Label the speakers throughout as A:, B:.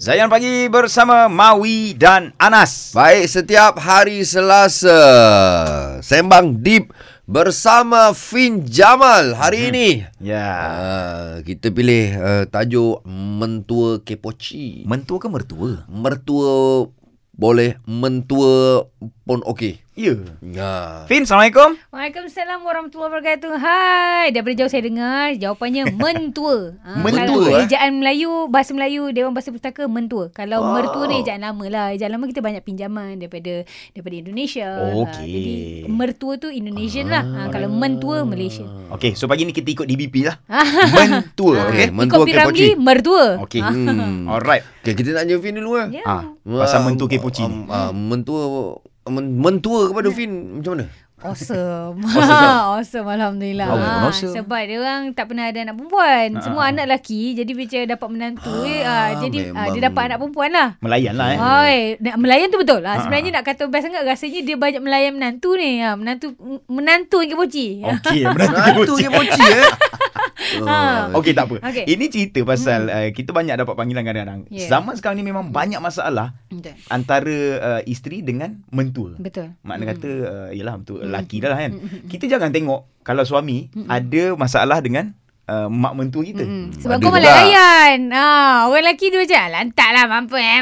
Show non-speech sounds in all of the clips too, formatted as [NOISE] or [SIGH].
A: Zayan Pagi bersama Mawi dan Anas.
B: Baik, setiap hari Selasa Sembang Deep bersama Fin
A: Mhm.
B: Jamal Hari ini
A: Ya.
B: uh, Kita pilih uh, tajuk Mentua Kepoci
A: Mentua ke mertua?
B: Mertua boleh, mentua pun okey
A: Ya.
B: uh,
A: Fin, Assalamualaikum.
C: Waalaikumsalam warahmatullahi wabarakatuh. Hai, daripada jauh saya dengar jawapannya
A: [LAUGHS]
C: mentua. Ha,
A: Mentua,
C: kalau
A: eh?
C: Ejaan Melayu, bahasa Melayu, Dewan Bahasa Pustaka mentua. Kalau
A: Wow.
C: mertua ni ejaan lama lah. Ejaan lama kita banyak pinjaman daripada daripada Indonesia.
A: Oh, Okey. Ah.
C: Ha, jadi mertua tu Indonesian lah. Ha, kalau mentua Malaysian.
A: Okey, so pagi ni kita ikut DBP lah. [LAUGHS] mentua,
B: Okey,
A: okey?
B: mentua
C: Ikut Piramli,
B: Kepoci
C: mertua.
A: Okey.
B: hmm.
A: [LAUGHS] Alright.
B: okay, Kita nak tanya Fin dulu lah
C: Ya.
A: Ah, pasal mentua Kepoci ni.
B: um, uh, Mentua men- Mentua kepada Fin macam mana?
C: Awesome.
A: [LAUGHS] Awesome.
C: [LAUGHS] awesome. Alhamdulillah.
A: Awesome.
C: Ha,
A: Awesome. Ah,
C: Sebab dia orang tak pernah ada anak perempuan. Semua anak lelaki. Jadi bila dia dapat menantu. eh, ah, jadi ah, dia
B: memang.
C: dapat anak perempuan lah.
A: Melayan lah eh.
C: Oi, nak melayan tu betul lah.
A: Ha.
C: Sebenarnya nak kata best sangat rasanya dia banyak melayan menantu ni. Ha, menantu menantu yang kepoci. Ha.
A: Okey,
C: [LAUGHS]
A: menantu
B: Mentua
A: Kepoci.
B: Kepoci eh
C: Ha.
B: [LAUGHS] Oh,
A: Okey tak apa.
C: Okey. Hmm.
A: Ini cerita pasal uh, kita banyak dapat panggilan kadang-kadang.
C: Ya.
A: Zaman sekarang ni memang banyak masalah
C: Betul.
A: antara uh, isteri dengan mentua.
C: Betul.
A: Makna kata uh, Yelah untuk
C: Hmm.
A: lelaki dah lah kan Kita jangan tengok Kalau suami Ada masalah dengan uh, Mak mentua kita
C: Hmm. Sebab
B: ada
C: kau malah
B: juga.
C: layan. Ha, orang lelaki dia macam "Alah, entahlah mampu eh.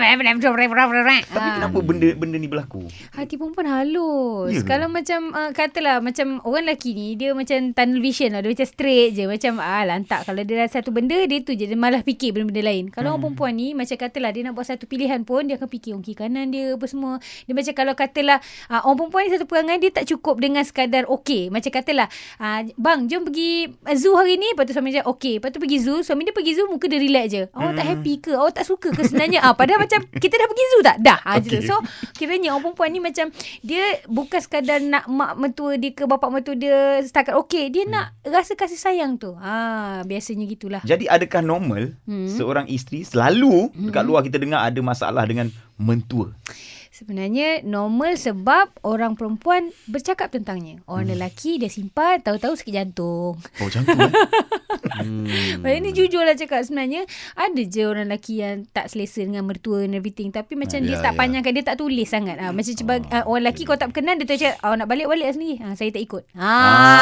A: Tapi
C: Tapi
A: kenapa benda benda ni berlaku
C: Hati perempuan halus.
A: Ya ke?
C: Yeah. Kalau macam uh, katalah macam orang lelaki ni dia macam tunnel vision lah. Dia macam straight je. Macam ah lantak. Kalau dia ada satu benda dia tu je. Dia malah fikir benda-benda lain. Kalau hmm. orang perempuan ni macam katalah dia nak buat satu pilihan pun dia akan fikir orang kiri kanan dia apa semua. Dia macam kalau katalah uh, orang perempuan ni satu perangai dia tak cukup dengan sekadar okey. Macam katalah uh, bang jom pergi uh, zoo hari ni. Lepas tu suami dia okey. Lepas tu pergi zoo. Suami dia pergi zoo muka dia relax je. Awak
A: Hmm.
C: tak happy ke? Awak tak suka ke sebenarnya? ah, padahal macam kita dah pergi zoo tak? Dah. Ah, okay. So kiranya orang perempuan ni macam dia bukan sekadar nak mak mertua dia ke bapak mertua dia setakat okey dia nak rasa kasih sayang tu ha biasanya gitulah
A: Jadi adakah normal
C: Hmm.
A: Seorang isteri Selalu Dekat luar kita dengar Ada masalah dengan mentua
C: sebenarnya normal sebab orang perempuan bercakap tentangnya orang lelaki dia simpan tahu-tahu sakit jantung
A: Oh macam tu
C: [LAUGHS]
A: eh?
C: Hmm. Maksudnya ni jujur lah cakap sebenarnya ada je orang lelaki yang tak selesa dengan mertua and everything tapi macam
B: Ah,
C: yeah, dia
B: ya,
C: tak
B: ya.
C: panjangkan dia tak tulis sangat ah, macam cuba ah, orang lelaki kau tak berkenan dia cakap oh, nak balik balik lah sendiri ah, saya tak ikut ah,
A: Ah,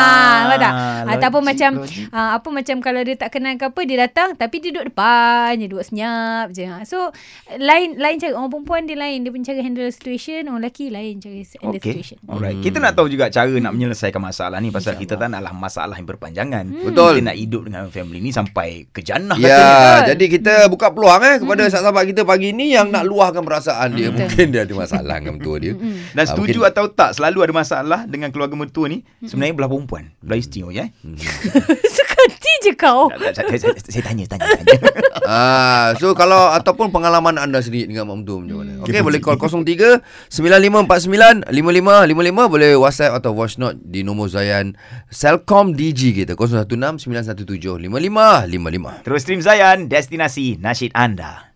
C: ah nampak tak ataupun
A: logik,
C: macam
A: logik.
C: ah, apa macam kalau dia tak kenal ke apa dia datang tapi dia duduk depan dia duduk senyap je ah. so lain lain cara orang perempuan dia lain dia punya cara handle situation orang lelaki lain cara handle
A: Okay
C: situation [LAUGHS]
A: Alright
B: Hmm.
A: Kita nak tahu juga Cara nak menyelesaikan masalah ni Pasal kita tak naklah Masalah yang berpanjangan
C: Hmm.
B: Betul.
A: Kita nak hidup dengan family ni Sampai ke jannah katanya.
B: Ya,
C: Betul.
B: jadi kita buka peluang eh kepada sahabat-sahabat kita pagi ni yang nak luahkan perasaan dia. Mungkin dia ada masalah dengan mentua dia.
A: Dan
B: Ah,
A: setuju
B: mungkin-
A: atau tak Selalu ada masalah Dengan keluarga mentua ni Hmm. Sebenarnya belah perempuan Belah isteri oh, ya eh?
C: suka hati je kau
A: Tak, tak, tak, saya, saya, saya tanya tanya, [LAUGHS] tanya.
B: Ah, so kalau ataupun pengalaman anda sendiri dengan mak mentua macam mana? Okey, boleh call 03 9549 5555 boleh WhatsApp atau voice note di nombor Zayan Celcom DG kita 016 917 5555.
A: Terus stream Zayan Destinasi nasyid anda